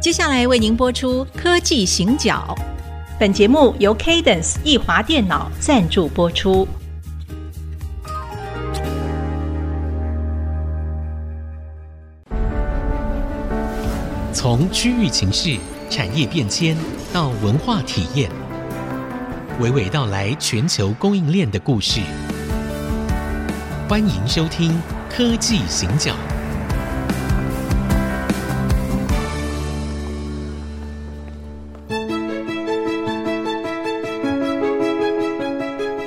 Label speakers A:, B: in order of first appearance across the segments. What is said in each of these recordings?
A: 接下来为您播出《科技行脚》，本节目由 Cadence 易华电脑赞助播出。
B: 从区域情势、产业变迁到文化体验，娓娓道来全球供应链的故事。欢迎收听《科技行脚》。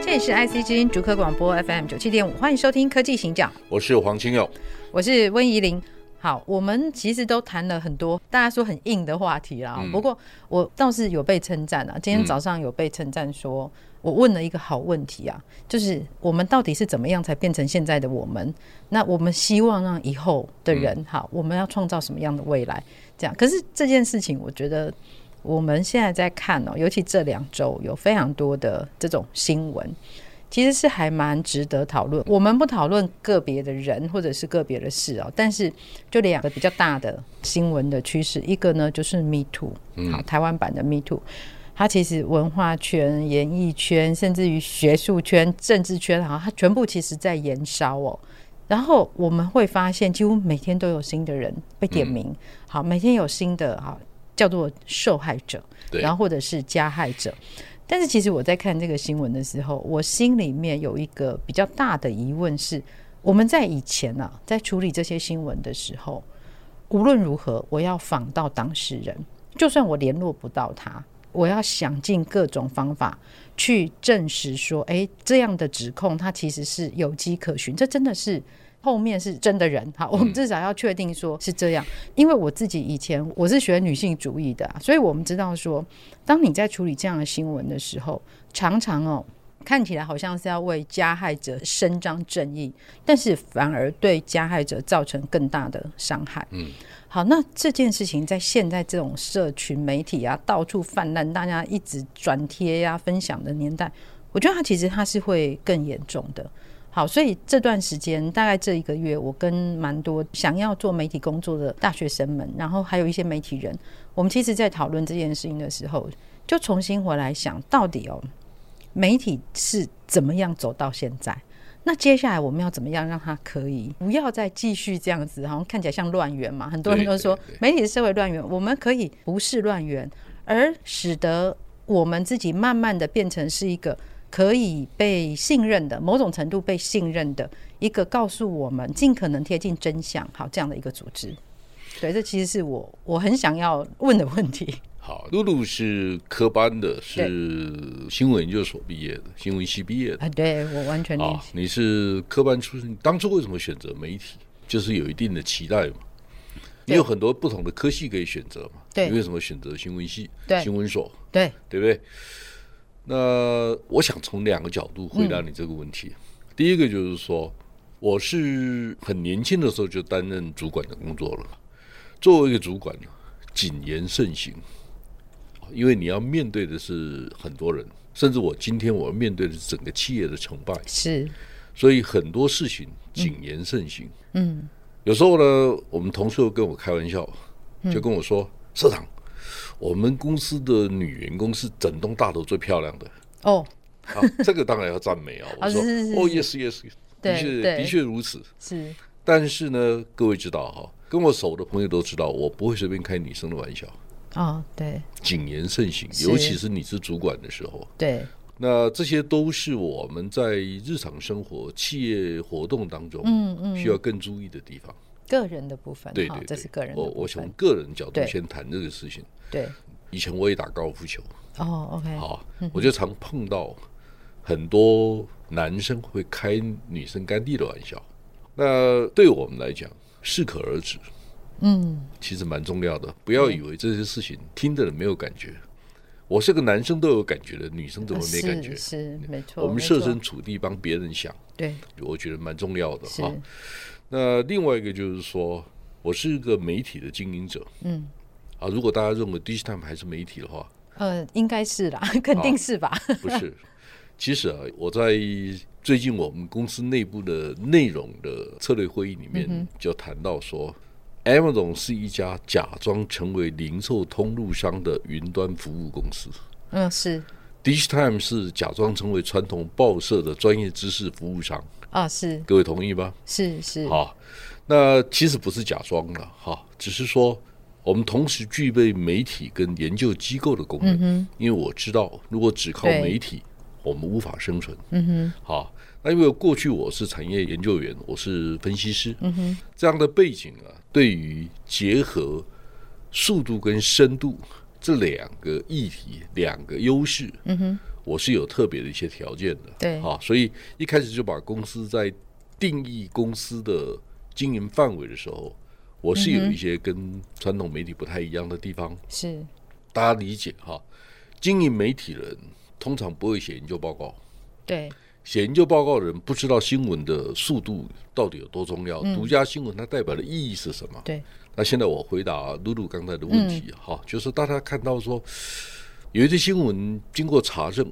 C: 这里是 IC 之音逐客广播 FM 九七点五，欢迎收听科技行脚，
D: 我是黄清耀，
C: 我是温怡玲。好，我们其实都谈了很多大家说很硬的话题啦。
D: 嗯
C: 不过我倒是有被称赞啊，今天
D: 嗯
C: 早上有被称赞说，我问了一个好问题啊，就是我们到底是怎么样才变成现在的我们？那我们希望让以后的人，
D: 嗯
C: 好，我们要创造什么样的未来？这样，可是这件事情，我觉得我们现在在看哦，尤其这两周有非常多的这种新闻，其实是还蛮值得讨论。我们不讨论个别的人或者是个别的事哦，但是就两个比较大的新闻的趋势，一个呢就是 Me Too，好，台湾版的 Me Too。它其实文化圈、演艺圈，甚至于学术圈、政治圈，哈，它全部其实在延烧哦。然后我们会发现，几乎每天都有新的人被点名，好，每天有新的好叫做受害者，
D: 对
C: 然后或者是加害者。但是其实我在看这个新闻的时候，我心里面有一个比较大的疑问是：我们在以前啊，在处理这些新闻的时候，无论如何，我要访到当事人，就算我联络不到他，我要想尽各种方法去证实说，诶，这样的指控它其实是有迹可循，这真的是。后面是真的人，好，我们至少要确定说是这样，因为我自己以前我是学女性主义的、啊，所以我们知道说，当你在处理这样的新闻的时候，常常哦，看起来好像是要为加害者伸张正义，但是反而对加害者造成更大的伤害。嗯，好，那这件事情在现在这种社群媒体啊到处泛滥，大家一直转贴呀、分享的年代，我觉得它其实它是会更严重的。好，所以这段时间大概这一个月，我跟蛮多想要做媒体工作的大学生们，然后还有一些媒体人，我们其实在讨论这件事情的时候，就重新回来想到底哦，媒体是怎么样走到现在？那接下来我们要怎么样让它可以不要再继续这样子，好像看起来像乱源嘛？很多人
D: 对
C: 都说
D: 对对
C: 媒体是社会乱源，我们可以不是乱源，而使得我们自己慢慢的变成是一个可以被信任的，某种程度被信任的一个告诉我们尽可能贴近真相，好这样的一个组织。对，这其实是我我很想要问的问 题。
D: 好，露露是科班的，是新闻研究所毕业的，新闻系毕业的
C: 啊，对我完全理
D: 啊
C: 解。。
D: 你是科班出身，你当初为什么选择媒体？就是有一定的期待嘛。你
C: 对
D: 有很多不同的科系可以选择嘛？
C: 对
D: 你为什么选择新闻系、
C: 对
D: 新闻所，
C: 对，
D: 对不对？那我想从两个角度回答你这个问题。第一个就是说，我是很年轻的时候就担任主管的工作了。作为一个主管呢，谨言慎行，因为你要面对的是很多人，甚至我今天我要面对的是整个企业的成败，
C: 是，
D: 所以很多事情谨言慎行。嗯，有时候呢，我们同事又跟我开玩笑，
C: 嗯
D: 就跟我说：“社长，我们公司的女员工是整栋大楼最漂亮的。”
C: 哦，
D: 啊，这个当然要赞美啊！我
C: 啊
D: 说
C: 是是是
D: 哦，yes yes，的
C: 对
D: 确
C: 对
D: 的确如此。
C: 是，
D: 但是呢，各位知道哈、跟我熟的朋友都知道，我不会随便开女生的玩笑，
C: 哦，对
D: 谨言慎行，
C: 是
D: 尤其是你是主管的时候。
C: 对，
D: 那这些都是我们在日常生活、企业活动当中，
C: 嗯嗯
D: 需要更注意的地方。
C: 个人的部分，
D: 对
C: 哈
D: 对对，
C: 这是个人的
D: 我
C: 部
D: 我从
C: 分，
D: 个人角度
C: 对
D: 先谈这个事情。
C: 对，
D: 以前我也打高尔夫球，
C: 哦，OK，
D: 啊，我就常碰到很多男生会开女生干弟的玩笑，那对我们来讲适可而止，
C: 嗯，
D: 其实蛮重要的。不要以为这些事情听的人没有感觉，我是个男生都有感觉的，女生怎么没感觉
C: 啊呃是？是没错，
D: 我们
C: 没
D: 设
C: 错
D: 身处地帮别人想，
C: 对
D: 我觉得蛮重要的
C: 是
D: 哈。那另外一个就是说，我是一个媒体的经营者，
C: 嗯。
D: 啊，如果大家认为 Digitime 还是媒体的话，
C: 呃，应该是啦，肯定是吧？
D: 不是，其实啊，我在最近我们公司内部的内容的策略会议里面就谈到说、 Amazon 是一家假装成为零售通路商的云端服务公司
C: 嗯，是
D: d i s h t i m e 是假装成为传统报社的专业知识服务商。
C: 啊，是
D: 各位同意吗？
C: 是是，
D: 好，那其实不是假装了，哈，只是说我们同时具备媒体跟研究机构的功能，因为我知道如果只靠
C: 嗯对
D: 媒体，我们无法生存。
C: 嗯哼，
D: 好，那因为过去我是产业研究员，我是分析师，嗯哼，这样的背景啊，对于结合速度跟深度这两个议题、两个优势，嗯哼，我是有特别的一些条件的，
C: 对
D: 好，所以一开始就把公司在定义公司的经营范围的时候，我是有一些跟传统媒体不太一样的地方，
C: 是
D: 大家理解哈。经营媒体人通常不会写研究报告，
C: 对，
D: 写研究报告的人不知道新闻的速度到底有多重要，独家新闻它代表的意义是什么？
C: 对。
D: 那现在我回答露露刚才的问
C: 嗯
D: 题，哈、就是大家看到说有一些新闻经过查证，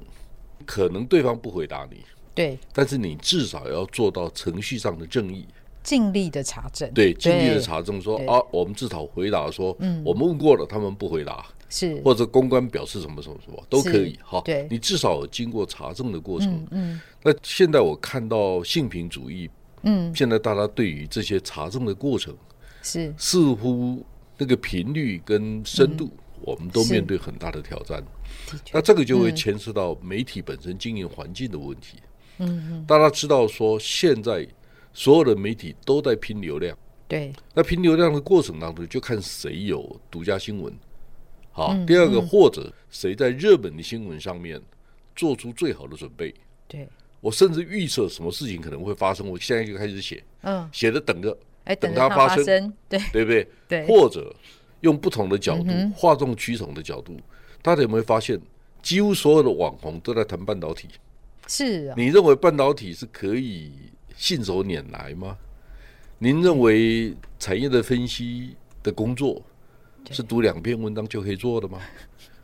D: 可能对方不回答你，
C: 对，
D: 但是你至少要做到程序上的正义，
C: 尽力的查证，
D: 对，尽力的查证说
C: 对嗯
D: 啊，我们至少回答说，我们问过了，他们不回答，
C: 是，
D: 或者公关表示什么什么什么都可以
C: 嗯是
D: 哈。
C: 对
D: 你至少有经过查证的过程。
C: 嗯嗯，
D: 那现在我看到性平主义，
C: 嗯，
D: 现在大家对于这些查证的过程，
C: 是
D: 似乎那个频率跟深度，我们都
C: 是
D: 面对很大的挑战。
C: 的确
D: 那这个就会牵涉到媒体本身经营环境的问题。嗯，大家知道说，现在所有的媒体都在拼流量。
C: 对，
D: 那拼流量的过程当中，就看谁有独家新闻。好，第二个或者谁在热门的新闻上面做出最好的准备。
C: 对，
D: 我甚至预测什么事情可能会发生，我现在就开始写，
C: 嗯，
D: 写着等着，
C: 哎，
D: 等
C: 着它
D: 它发生
C: 生，对
D: 对不对？
C: 对
D: 或者用不同的角度，哗众取宠的角度，大家有没有发现，几乎所有的网红都在谈半导体？
C: 是啊，
D: 你认为半导体是可以信手拈来吗？您认为产业的分析的工作是读两篇文章就可以做的吗？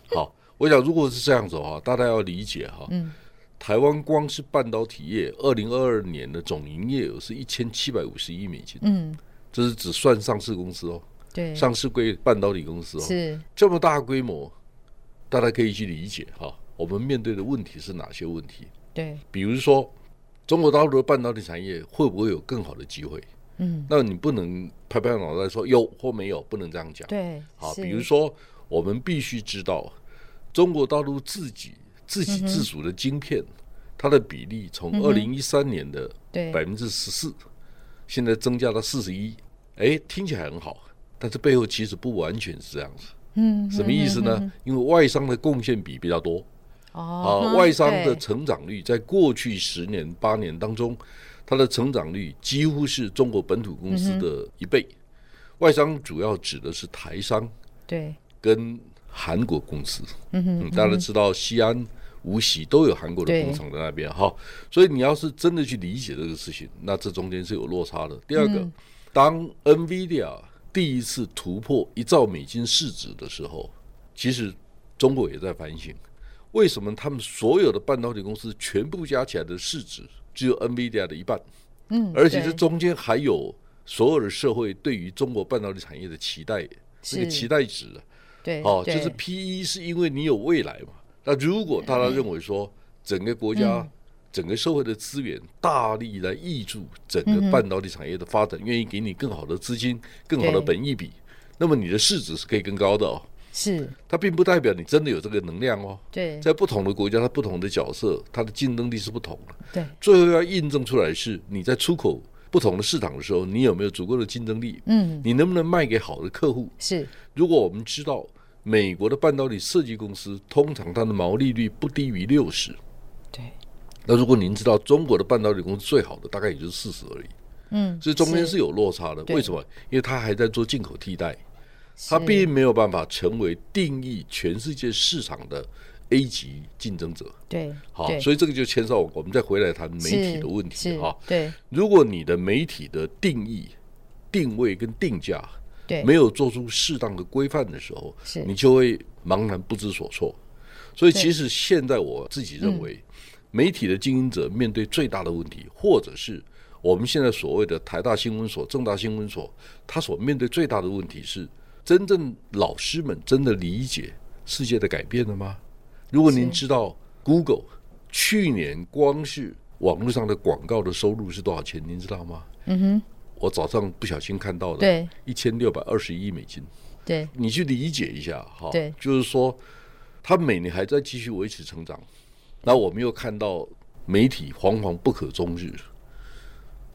D: 好，我想如果是这样子的话，大家要理解哈。
C: 嗯
D: 台湾光是半导体业，二零二二年的总营业额是一千七百五十亿美金，
C: 嗯，
D: 这是只算上市公司哦，
C: 对，
D: 上市归半导体公司哦，
C: 是
D: 这么大规模，大家可以去理解哈。我们面对的问题是哪些问题？
C: 对，
D: 比如说，中国大陆的半导体产业会不会有更好的机会？
C: 嗯，
D: 那你不能拍拍脑袋说有或没有，不能这样讲。
C: 对，
D: 好，
C: 是
D: 比如说，我们必须知道，中国大陆自己自给
C: 嗯
D: 自足的晶片，它的比例从二零一三年的
C: 对
D: 百分之十四，现在增加到四十一。哎，听起来很好，但是背后其实不完全是这样子。
C: 嗯，
D: 什么意思呢？因为外商的贡献比比较多。
C: 哦
D: 啊，，
C: 嗯
D: 外商的
C: 对
D: 成长率在过去十年八年当中，它的成长率几乎是中国本土
C: 嗯
D: 公司的一倍。外商主要指的是台商
C: 对
D: 跟韩国公司。嗯大家知道西安、无锡都有韩国的
C: 对
D: 工厂在那边哈，所以你要是真的去理解这个事情，那这中间是有落差的。第二个，
C: 嗯
D: 当 NVIDIA 第一次突破一兆美金市值的时候，其实中国也在反省，为什么他们所有的半导体公司全部加起来的市值只有 NVIDIA 的一半，
C: 嗯，
D: 而且
C: 对
D: 这中间还有所有的社会对于中国半导体产业的期待，这个
C: 是
D: 期待值啊。
C: 对
D: 哦，就
C: 对
D: 是 P E 是因为你有未来嘛。那如果大
C: 嗯
D: 家认为说整个国家、整个社会的资源大力来挹注整
C: 嗯
D: 个半导体产业的发展，愿意给你更好的资金、更好
C: 对
D: 的本益比，那么你的市值是可以更高的哦。
C: 是，
D: 它并不代表你真的有这个能量哦。
C: 对
D: 在不同的国家，它不同的角色，它的竞争力是不同的。
C: 对
D: 最后要印证出来是你在出口不同的市场的时候，你有没有足够的竞争力？
C: 嗯，
D: 你能不能卖给好的客户？
C: 是
D: 如果我们知道美国的半导体设计公司通常它的毛利率不低于六十，
C: 对
D: 那如果您知道中国的半导体公司最好的大概也就是四十而已，
C: 嗯，
D: 所以中间是有落差的。
C: 对
D: 为什么？因为它还在做进口替代，它
C: 是
D: 并没有办法成为定义全世界市场的 A 级竞争者。
C: 对
D: 好，
C: 对
D: 所以这个就牵涉我我们再回来谈媒体
C: 是
D: 的问题
C: 是
D: 哈。
C: 对
D: 如果你的媒体的定义、定位跟定价
C: 对
D: 没有做出适当的规范的时候
C: 是，
D: 你就会茫然不知所措。所以，
C: 对嗯
D: 其实现在我自己认为，媒体的经营者面对最大的问题，或者是我们现在所谓的台大新闻所、正大新闻所，它所面对最大的问题是，真正老师们真的理解世界的改变了吗？如果您知道 Google 去年光是网络上的广告的收入是多少钱，您知道吗？
C: 嗯哼，
D: 我早上不小心看到的，
C: 对
D: 一千六百二十亿美金。
C: 对
D: 你去理解一下哈，
C: 对
D: 就是说，它每年还在继续维持成长，那我们又看到媒体惶惶不可终日。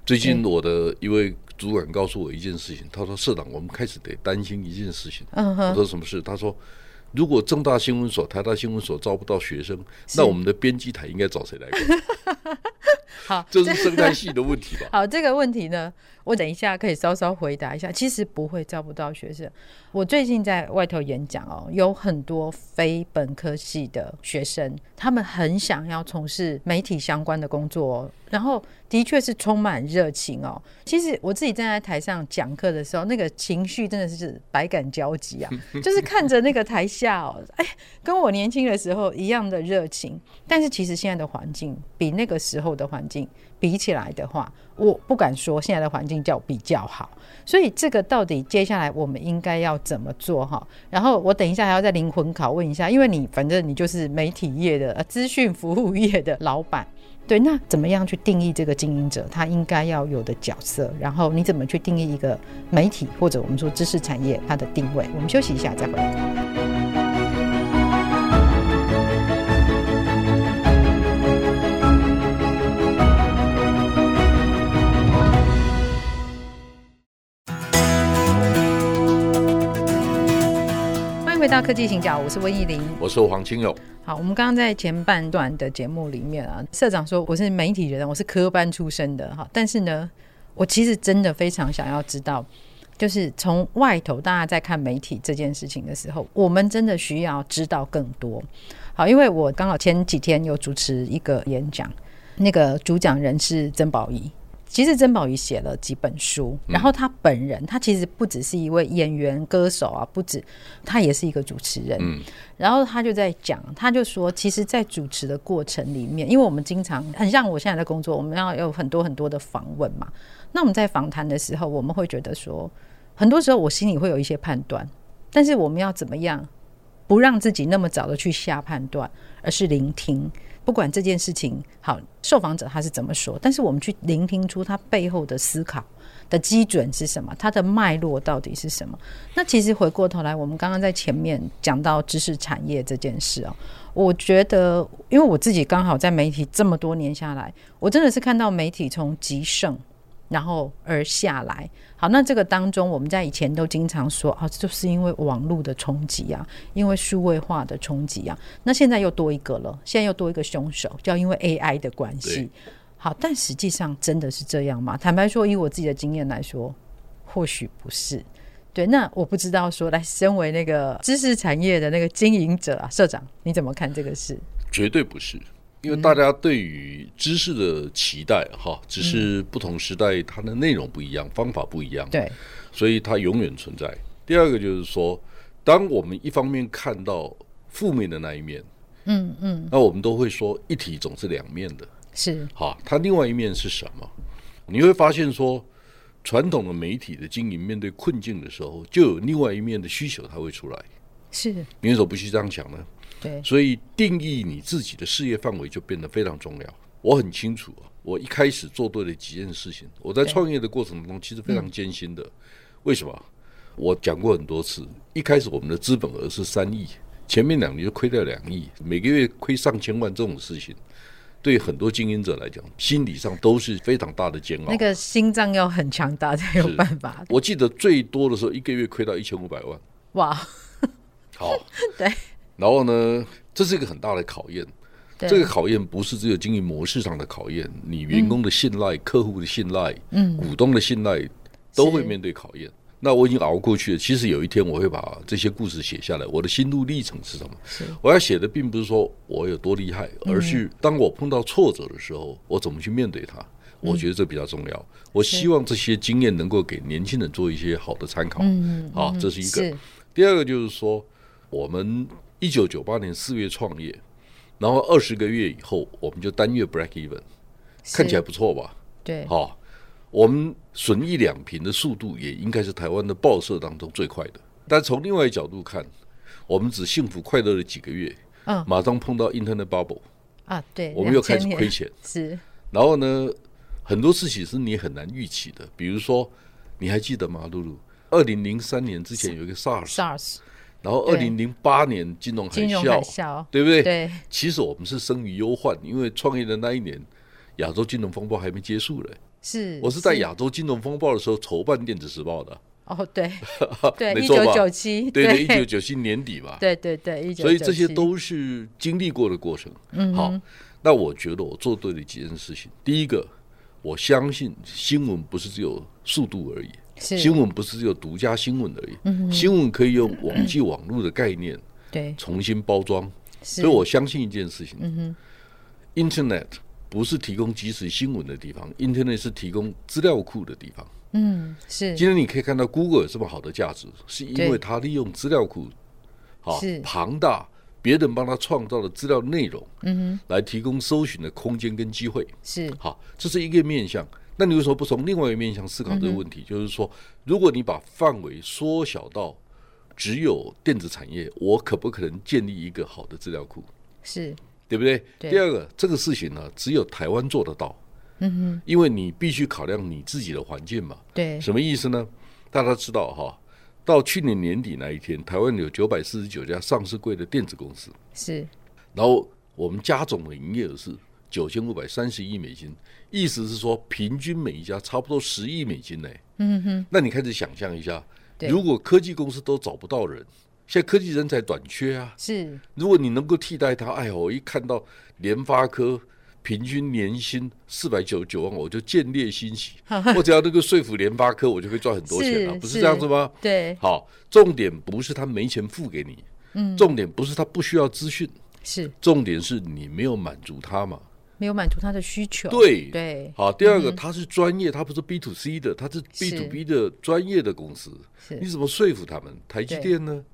D: 最近我的一位主管告诉我一件事情，他说：“社长，我们开始得担心一件事情。”
C: 嗯
D: 我
C: 哼，
D: 说：“什么事？”他说：“如果正大新闻所、台大新闻所招不到学生，那我们的编辑台应该找谁来管？
C: 好，
D: 这是生态系的问题吧？”
C: 好，这个问题呢，我等一下可以稍稍回答一下。其实不会招不到学生。我最近在外头演讲哦，有很多非本科系的学生，他们很想要从事媒体相关的工作、哦，然后的确是充满热情哦。其实我自己站在台上讲课的时候，那个情绪真的是百感交集啊，就是看着那个台下哦，哎，跟我年轻的时候一样的热情。但是其实现在的环境比那个时候的环境比起来的话，我不敢说现在的环境叫比较好。所以这个到底接下来我们应该要怎么做哈？然后我等一下还要再灵魂拷问一下，因为你反正你就是媒体业的、呃资讯服务业的老板。对，那怎么样去定义这个经营者他应该要有的角色？然后你怎么去定义一个媒体或者我们说知识产业它的定位？我们休息一下再回来。欢迎回到科技行脚，我是温怡玲。
D: 我说黄清友，
C: 好，我们刚刚在前半段的节目里面啊，社长说我是媒体人，我是科班出身的哈，但是呢，我其实真的非常想要知道，就是从外头大家在看媒体这件事情的时候，我们真的需要知道更多。好，因为我刚好前几天有主持一个演讲，那个主讲人是曾宝仪。其实曾宝仪写了几本书，然后他本人，他其实不只是一位演员、歌手啊，不止，他也是一个主持人。
D: 嗯
C: 然后他就在讲，他就说，其实，在主持的过程里面，因为我们经常很像我现在的工作，我们要有很多很多的访问嘛。那我们在访谈的时候，我们会觉得说，很多时候我心里会有一些判断，但是我们要怎么样不让自己那么早的去下判断，而是聆听。不管这件事情好，受访者他是怎么说，但是我们去聆听出他背后的思考的基准是什么，他的脉络到底是什么。那其实回过头来，我们刚刚在前面讲到知识产业这件事哦，我觉得，因为我自己刚好在媒体这么多年下来，我真的是看到媒体从极盛。然后而下来，好，那这个当中，我们在以前都经常说啊，就是因为网络的冲击啊，因为数位化的冲击啊，那现在又多一个了，现在又多一个凶手，叫因为 AI 的关系
D: 对。
C: 好，但实际上真的是这样吗？坦白说，以我自己的经验来说，或许不是。对，那我不知道说，来，身为那个知识产业的那个经营者啊，社长，你怎么看这个事？
D: 绝对不是，因为
C: 嗯
D: 大家对于知识的期待哈，只是不同时代它的内容不一样，方法不一样，
C: 嗯对，
D: 所以它永远存在。第二个就是说，当我们一方面看到负面的那一面，
C: 嗯嗯，
D: 那我们都会说一体总是两面的，
C: 是，
D: 哈，它另外一面是什么？你会发现说，传统的媒体的经营面对困境的时候，就有另外一面的需求它会出来。
C: 是，
D: 你为什么不去这样想呢？
C: 对，
D: 所以定义你自己的事业范围就变得非常重要。我很清楚啊，我一开始做对了几件事情。我在
C: 对
D: 创业的过程中其实非常艰辛的，为什么？我讲过很多次，一开始我们的资本额是三亿，前面两年就亏掉两亿，每个月亏上千万这种事情，对很多经营者来讲，心理上都是非常大的煎熬。
C: 那个心脏要很强大才有
D: 是
C: 办法。
D: 我记得最多的时候，一个月亏到一千五百万。
C: 哇，
D: 好，
C: 对。
D: 然后呢，这是一个很大的考验。
C: 对
D: 这个考验不是只有经营模式上的考验，你员工的信赖、客户的信赖、嗯、股东的信赖，都会面对考验。那我已经熬过去了。其实有一天我会把这些故事写下来，我的心路历程是什么？我要写的并不是说我有多厉害，
C: 嗯
D: 而是当我碰到挫折的时候，我怎么去面对它。我觉得这比较重要。我希望这些经验能够给年轻人做一些好的参考。
C: 嗯，
D: 好，这是一个。
C: 是
D: 第二个就是说，我们一九九八年四月创业，然后二十个月以后，我们就单月 break even，看起来不错吧？
C: 对，
D: 好、我们损益两平的速度也应该是台湾的报社当中最快的。但从另外一角度看，我们只幸福快乐了几个月，
C: 嗯
D: 马上碰到 Internet bubble，
C: 啊，对，
D: 我们又开始
C: 2000年
D: 亏钱，
C: 是
D: 然后呢，很多事情是你很难预期的。比如说，你还记得吗，露露？二零零三年之前有一个 SARS，
C: SARS
D: 然后二零零八年金融海
C: 金融海
D: 啸，
C: 啸，
D: 对不对？
C: 对，
D: 其实我们是生于忧患，因为创业的那一年，亚洲金融风暴还没结束嘞。
C: 是，
D: 我是在亚洲金融风暴的时候筹办《电子时报》的，
C: 哦， 对对，
D: 没
C: 一
D: 错
C: 九
D: 吧？
C: 九七，
D: 对对，一九
C: 对
D: 九七年底吧。
C: 对对对，一九，
D: 所以这些都是经历过的过程。嗯，好，那我觉得我做对了几件事情。第一个，我相信新闻不是只有速度而已，
C: 是
D: 新闻不是只有独家新闻而已，
C: 嗯
D: 新闻可以用网际网络的概念
C: 对，
D: 重新包装。
C: 所
D: 所以我相信一件事情、i n t e r n e t 不是提供即时新闻的地方，Internet 是提供资料库的地方。
C: 嗯是
D: 今天你可以看到 Google 有这么好的价值，是因
C: 对
D: 为它利用资料库，好
C: 是
D: 庞大，别人帮他创造的资料内容，嗯哼，来提供搜寻的空间跟机会。
C: 是
D: 好，这是一个面向。那你为什么不从另外一个面向思考这个问题？就是说，如果你把范围缩小到只有电子产业，我可不可能建立一个好的资料库？
C: 是
D: 对不对？
C: 对
D: 第二个，这个事情呢，只有台湾做得到。嗯哼，因为你必须考量你自己的环境嘛。
C: 对
D: 什么意思呢？大家知道哈，到去年年底那一天，台湾有九百四十九家上市柜的电子公司，
C: 是
D: 然后我们加总的营业额是九千五百三十亿美金，意思是说平均每一家差不多十亿美金呢。
C: 嗯哼
D: 那你开始想象一下，
C: 对
D: 如果科技公司都找不到人，现在科技人才短缺啊，
C: 是
D: 如果你能够替代他，哎呦，我一看到联发科平均年薪四百九十九万，我就见猎心喜。我只要能够说服联发科，我就可以赚很多钱了、
C: 是
D: 不是这样子吗？
C: 对
D: 好，重点不是他没钱付给你，
C: 嗯
D: 重点不是他不需要资讯，
C: 是
D: 重点是你没有满足他嘛。
C: 没有满足他的需求，
D: 对
C: 对嗯
D: 好，第二个，他是专业，他不是 B to C 的，他是 B
C: 是
D: to B 的专业的公司，你
C: 是
D: 怎么说服他们？台积
C: 对嗯
D: 电呢？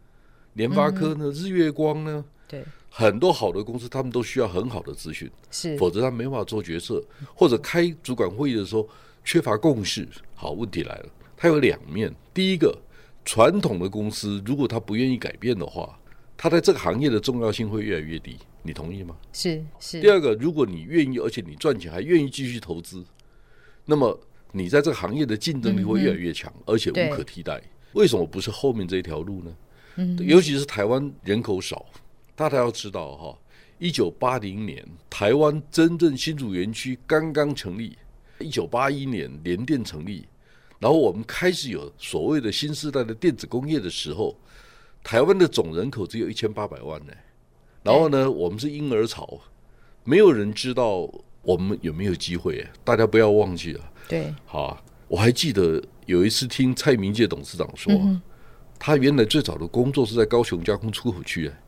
D: 联发科呢？日月光呢？
C: 对
D: 很多好的公司，他们都需要很好的资讯，
C: 是
D: 否则他没办法做决策，或者开主管会议的时候缺乏共识。好，问题来了，它有两面。第一个，传统的公司如果他不愿意改变的话，他在这个行业的重要性会越来越低，你同意吗？
C: 是是
D: 第二个，如果你愿意，而且你赚钱还愿意继续投资，那么你在这个行业的竞争力会越来越强，而且
C: 嗯对嗯
D: 无可替代。为什么不是后面这一条路呢？尤其是台湾人口少，大家要知道哈，一九八零年台湾真正新竹园区刚刚成立，一九八一年联电成立，然后我们开始有所谓的新时代的电子工业的时候，台湾的总人口只有一千八百万呢、然后呢，我们是婴儿潮，没有人知道我们有没有机会、大家不要忘记啊。
C: 对
D: 好啊、我还记得有一次听蔡明介董事长
C: 嗯
D: 说啊、他原来最早的工作是在高雄加工出口区、哎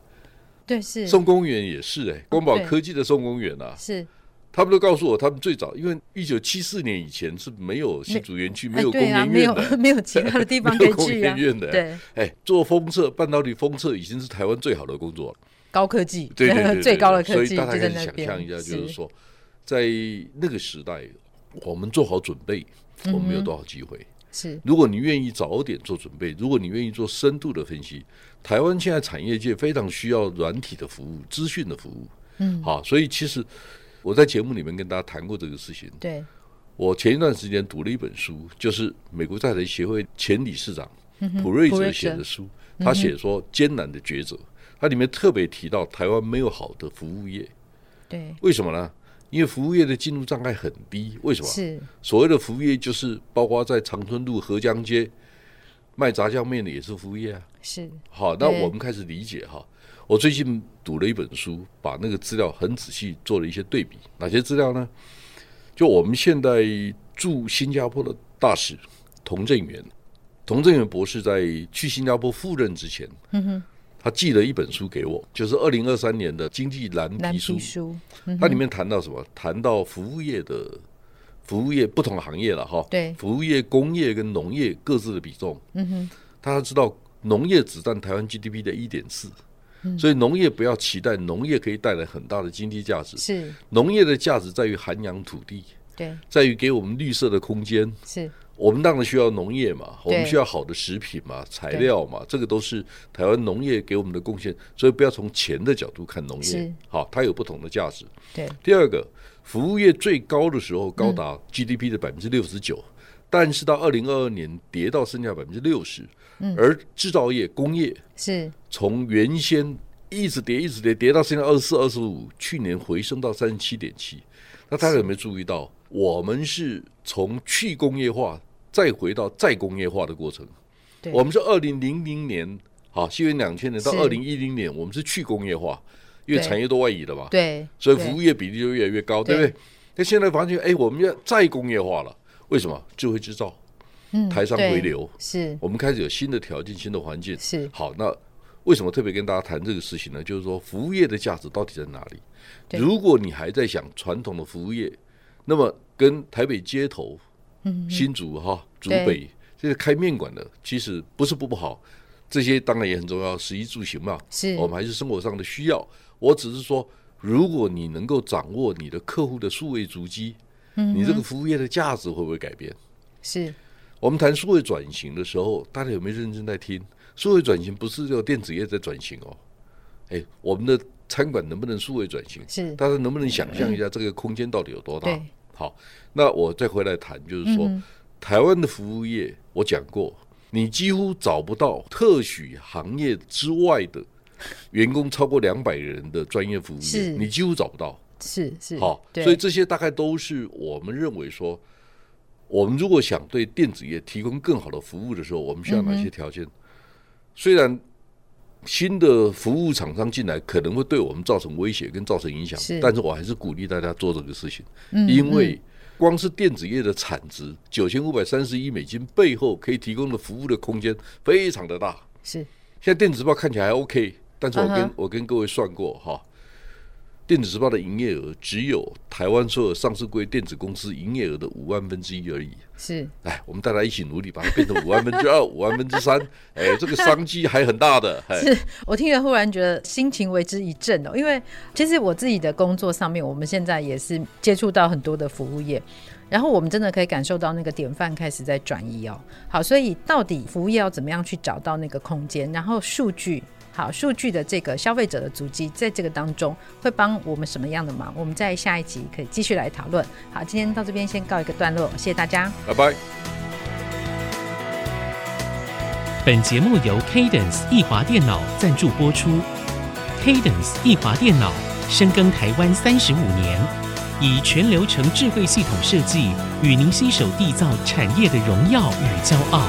C: 对哦是
D: 宋公园也是哎、光宝
C: 对
D: 科技的宋公园啊，
C: 是
D: 他们都告诉我，他们最早因为一九七四年以前是没有新竹园区，没有
C: 哎
D: 工
C: 对啊，
D: 研
C: 没
D: 院
C: 有
D: 的。
C: 没有其他的 地方
D: 没
C: 可
D: 有
C: 以
D: 工
C: 去啊
D: 研，院的，
C: 对
D: 哎，做封测半导体封测已经是台湾最好的工作了。
C: 高科技
D: 对对对对
C: 最高的科技
D: 所以
C: 就
D: 大家可
C: 在
D: 以
C: 那
D: 想
C: 边，
D: 象一下，就是说，在那个时代，我们做好准备，
C: 嗯
D: 我们有多少机会？
C: 是
D: 如果你愿意早点做准备，如果你愿意做深度的分析，台湾现在产业界非常需要软体的服务、资讯的服务。嗯，好，所以其实我在节目里面跟大家谈过这个事情。
C: 对
D: 我前一段时间读了一本书，就是美国在台协会前理事长普瑞
C: 嗯普瑞
D: 泽
C: 泽嗯
D: 写的书，他写说艰难的抉择，它里面特别提到台湾没有好的服务业，
C: 对
D: 为什么呢？因为服务业的进入障碍很低，为什么？
C: 是
D: 所谓的服务业就是包括在长春路、河江街卖炸酱面的也是服务业啊。
C: 是
D: 好，那
C: 对
D: 我们开始理解哈。我最近读了一本书，把那个资料很仔细做了一些对比。哪些资料呢？就我们现在驻新加坡的大使童振源，童振源博士在去新加坡赴任之前，嗯哼，他寄了一本书给我，就是二零二三年的经济蓝
C: 蓝
D: 皮书嗯
C: 皮。书
D: 它里面谈到什么？谈到服务业的服务业不同行业了哈。
C: 对
D: 服务业、工业跟农业各自的比重。嗯哼，大家知道农业只占台湾 GDP 的一点四，
C: 嗯
D: 所以农业不要期待农业可以带来很大的经济价值。
C: 是
D: 农业的价值在于涵养土地，
C: 对，
D: 在于给我们绿色的空间。
C: 是
D: 我们当然需要农业嘛，我
C: 对
D: 们需要好的食品嘛、材料嘛，这个都是台湾农业给我们的贡献，所以不要从钱的角度看农
C: 是
D: 业，好，它有不同的价值。
C: 对，
D: 第二个，服务业最高的时候高
C: 嗯
D: 达 GDP 的百分之六十九，但是到二零二二年跌到剩下百分之六十，
C: 嗯
D: 而制造业、工业
C: 是
D: 从原先一直跌、一直跌，跌到现在二十四、二十五，去年回升到三十七点七。那大家有没有注意到，我们是从去工业化再回到再工业化的过程？
C: 对
D: 我们是二零零零年，好，西元两千年到
C: 是
D: 二零一零年，我们是去工业化，因为
C: 对
D: 产业都外移了嘛，
C: 对，
D: 所以
C: 对
D: 服务业比例就越来越高，对不
C: 对
D: 对？那现在发现，哎，我们要再工业化了，为什么？智慧制造，
C: 嗯
D: 台商
C: 对
D: 回流
C: 是
D: 我们开始有新的条件、新的环境。
C: 是
D: 好，那为什么特别跟大家谈这个事情呢？就是说，服务业的价值到底在哪里？
C: 对
D: 如果你还在想传统的服务业，那么跟台北街头、新竹哈、
C: 嗯
D: 竹
C: 对
D: 北这些开面馆的，其实不是不不好，这些当然也很重要，食衣住行嘛，
C: 是
D: 我们还是生活上的需要。我只是说，如果你能够掌握你的客户的数位足迹，
C: 嗯
D: 你这个服务业的价值会不会改变？
C: 是
D: 我们谈数位转型的时候，大家有没有认真在听？数位转型不是只有电子业在转型哦，哎，我们的餐馆能不能数位转型？
C: 是嗯
D: 大家能不能想象一下这个空间到底有多大
C: 对？嗯
D: 好，那我再回来谈，就是说、台湾的服务业，我讲过，你几乎找不到特许行业之外的员工超过两百人的专业服务业
C: 是，
D: 你几乎找不到。
C: 是是，
D: 好，
C: 对
D: 所以这些大概都是我们认为说，我们如果想对电子业提供更好的服务的时候，我们需要哪些
C: 嗯
D: 条件？虽然新的服务厂商进来可能会对我们造成威胁跟造成影响
C: 是，嗯
D: 但是我还是鼓励大家做这个事情，因为。光是电子业的产值九千五百三十一美金背后可以提供的服务的空间非常的大，
C: 是
D: 现在电子报看起来还 OK，但是我跟、
C: 嗯哼
D: 我跟各位算过哈，电子时报的营业额只有台湾所有上市归电子公司营业额的五万分之一而已。
C: 是
D: 哎，我们大家一起努力，把它变成五万分之二、五万分之三。哎，这个商机还很大的。哎，
C: 是 我听了忽然觉得心情为之一振哦，因为其实我自己的工作上面，我们现在也是接触到很多的服务业，然后我们真的可以感受到那个典范开始在转移哦。好，所以到底服务业要怎么样去找到那个空间，然后数据。好，数据的这个消费者的足迹，在这个当中会帮我们什么样的忙？我们在下一集可以继续来讨论。好，今天到这边先告一个段落，谢谢大家。
D: 拜拜。
B: 本节目由 Cadence 易华电脑赞助播出。Cadence 易华电脑深耕台湾三十五年，以全流程智慧系统设计，与您携手缔造产业的荣耀与骄傲。